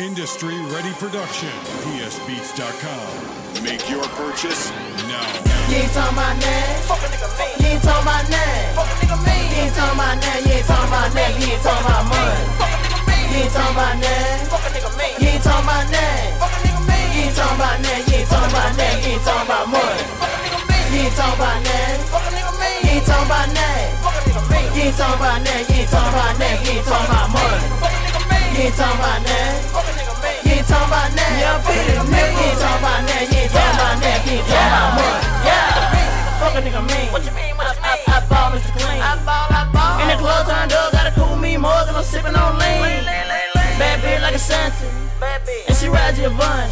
Industry Ready Production, psbeats.com. Make your purchase now. You ain't talking my name. Fuck a nigga mean. You ain't talking my name. Fuck a nigga mean. You ain't talking my name. You ain't talking my name. You ain't talking my money. Fuck a nigga mean. You ain't talking my name. Fuck a nigga mean. You ain't talking my name. Fuck a nigga mean. You ain't talking my name. You ain't talking my name. You ain't talking my money. Fuck a nigga mean. You ain't talking my name. Fuck a nigga mean. You ain't talking my name. Fuck a nigga mean. You ain't talking my name. You ain't talking my name. You ain't talking my money. Fuck a nigga mean. You ain't talking my name. Fuck a nigga mean. You ain't talking my name. Yeah, bitch. You ain't talking my name. You ain't talking my name. You ain't talking my money. Yeah. Fuck a nigga mean. What you mean? What you mean? I, I, I ball Mr. Clean. I ball, I ball. And the club turned up, gotta cool me more than I'm sipping on lean. Bad bitch like a Santa. Bad bitch. And she rides your bun.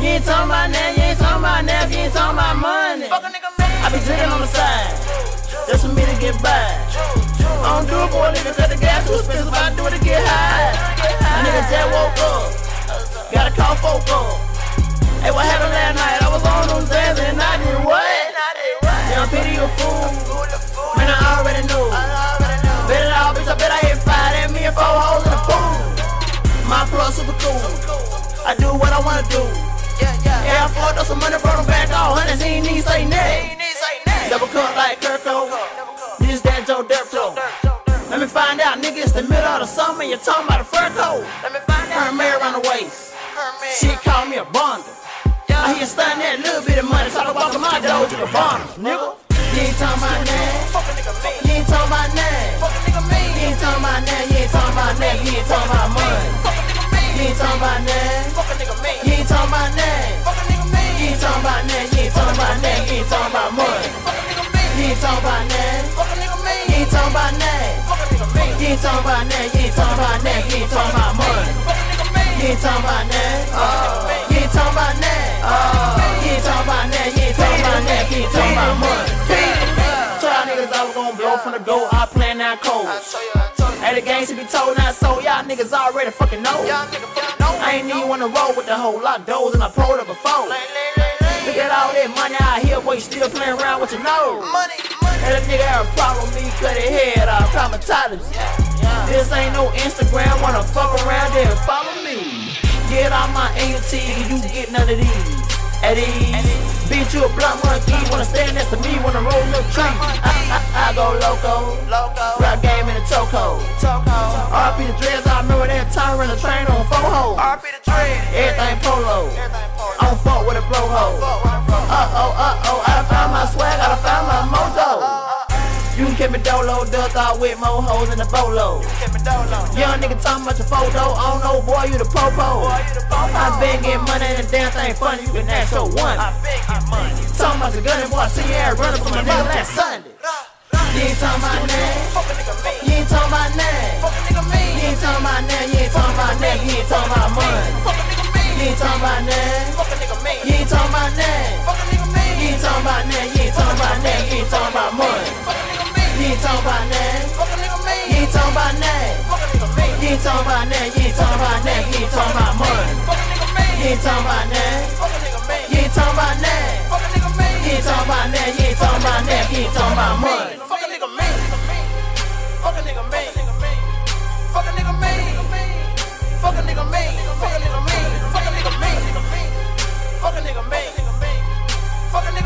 You ain't talking about that, you ain't talking about that, you ain't talking about money. Fuck a nigga mean. I be drinking on the side. Just for me to get by. I don't do it for a nigga cause the gas too expensive, I do it to get high. A nigga just woke up. Gotta call folk up. Hey, what happened last night? I was on those dance and I did what? Yeah, I'm pity a fool. Man, I already knew. Bet it all, bitch. I bet I hit five. That me and four hoes in the pool. My plug super cool. I do what I wanna do. Yeah, I fucked up some money, brought them back all hundreds. He ain't need say nothing. Double cup like Kirko. This that Joe Dirt Let me find out, nigga. It's the middle of the summer. You're talking about a fur coat. Let me find out. Her mare around the waist. She called me a bonder. I hear stunning that little bit of money, so I walk in my door to the bottom, nigga. You ain't talking my name. You ain't talking my name. You ain't talking my name. You ain't talking my name. You ain't talking my money. You ain't talking my name. You ain't talking my name. You ain't talking my name. You ain't talking my name. You ain't talking my money. You ain't talking my name. You ain't talking my name. You ain't talking my name. You ain't talking my name. You ain't talking my money. You ain't talking my name. Oh. You ain't talking my name. Oh. You ain't talking my name. You ain't talking my name. You ain't talking my money. Told y'all niggas I was gonna blow from the go. I plan now cold. Hey, the game should be told not sold. Y'all niggas already fucking know. I ain't even wanna roll with the whole lot of doors and I pulled up before. Look at all that money out here, boy, you still playing around with your nose. And if nigga had a problem with me, cut his head off, traumatized. This ain't no Instagram, wanna fuck around there and follow me. Get out my AUT, you get none of these. At ease, bitch, you a blunt monkey, wanna stand next to me, wanna roll no tree. I, I, I go loco, rock game in a choco. RP the dreads, I remember that time running the train on four hoes. Everything polo, I don't fuck with a bro hoe. Uh oh, uh oh, I done found my swag, I done found my mojo. You can keep me dolo, duck out with mo hoes in the bolo. Young nigga talking about your photo. I don't know, boy, you the popo. I been getting money and the damn thing funny. You can ask your one. Talking about your gunning boy, I see your ass running from a nigga last Sunday. You ain't talking my name. You ain't talking my name. You ain't talking my name. You ain't talking my name. You ain't talking my money. You ain't talking my name. You ain't talking my name. You ain't talking my name. You ain't talking my name. You ain't talking my money. You ain't talking my name. You ain't talking my name. You ain't talking my name. You ain't talking my name. You ain't talking my money. You ain't talking my name. You ain't talking my name. You ain't talking my name. You ain't talking my name. You ain't talking my money. Fuck a nigga mean. Fuck a nigga mean. Fuck a nigga mean. Fuck a nigga mean. Fuck a nigga mean. Fuck a nigga mean. Fuck a nigga mean. Fuck a nigga mean. Fuck a nigga mean. Fuck a nigga mean.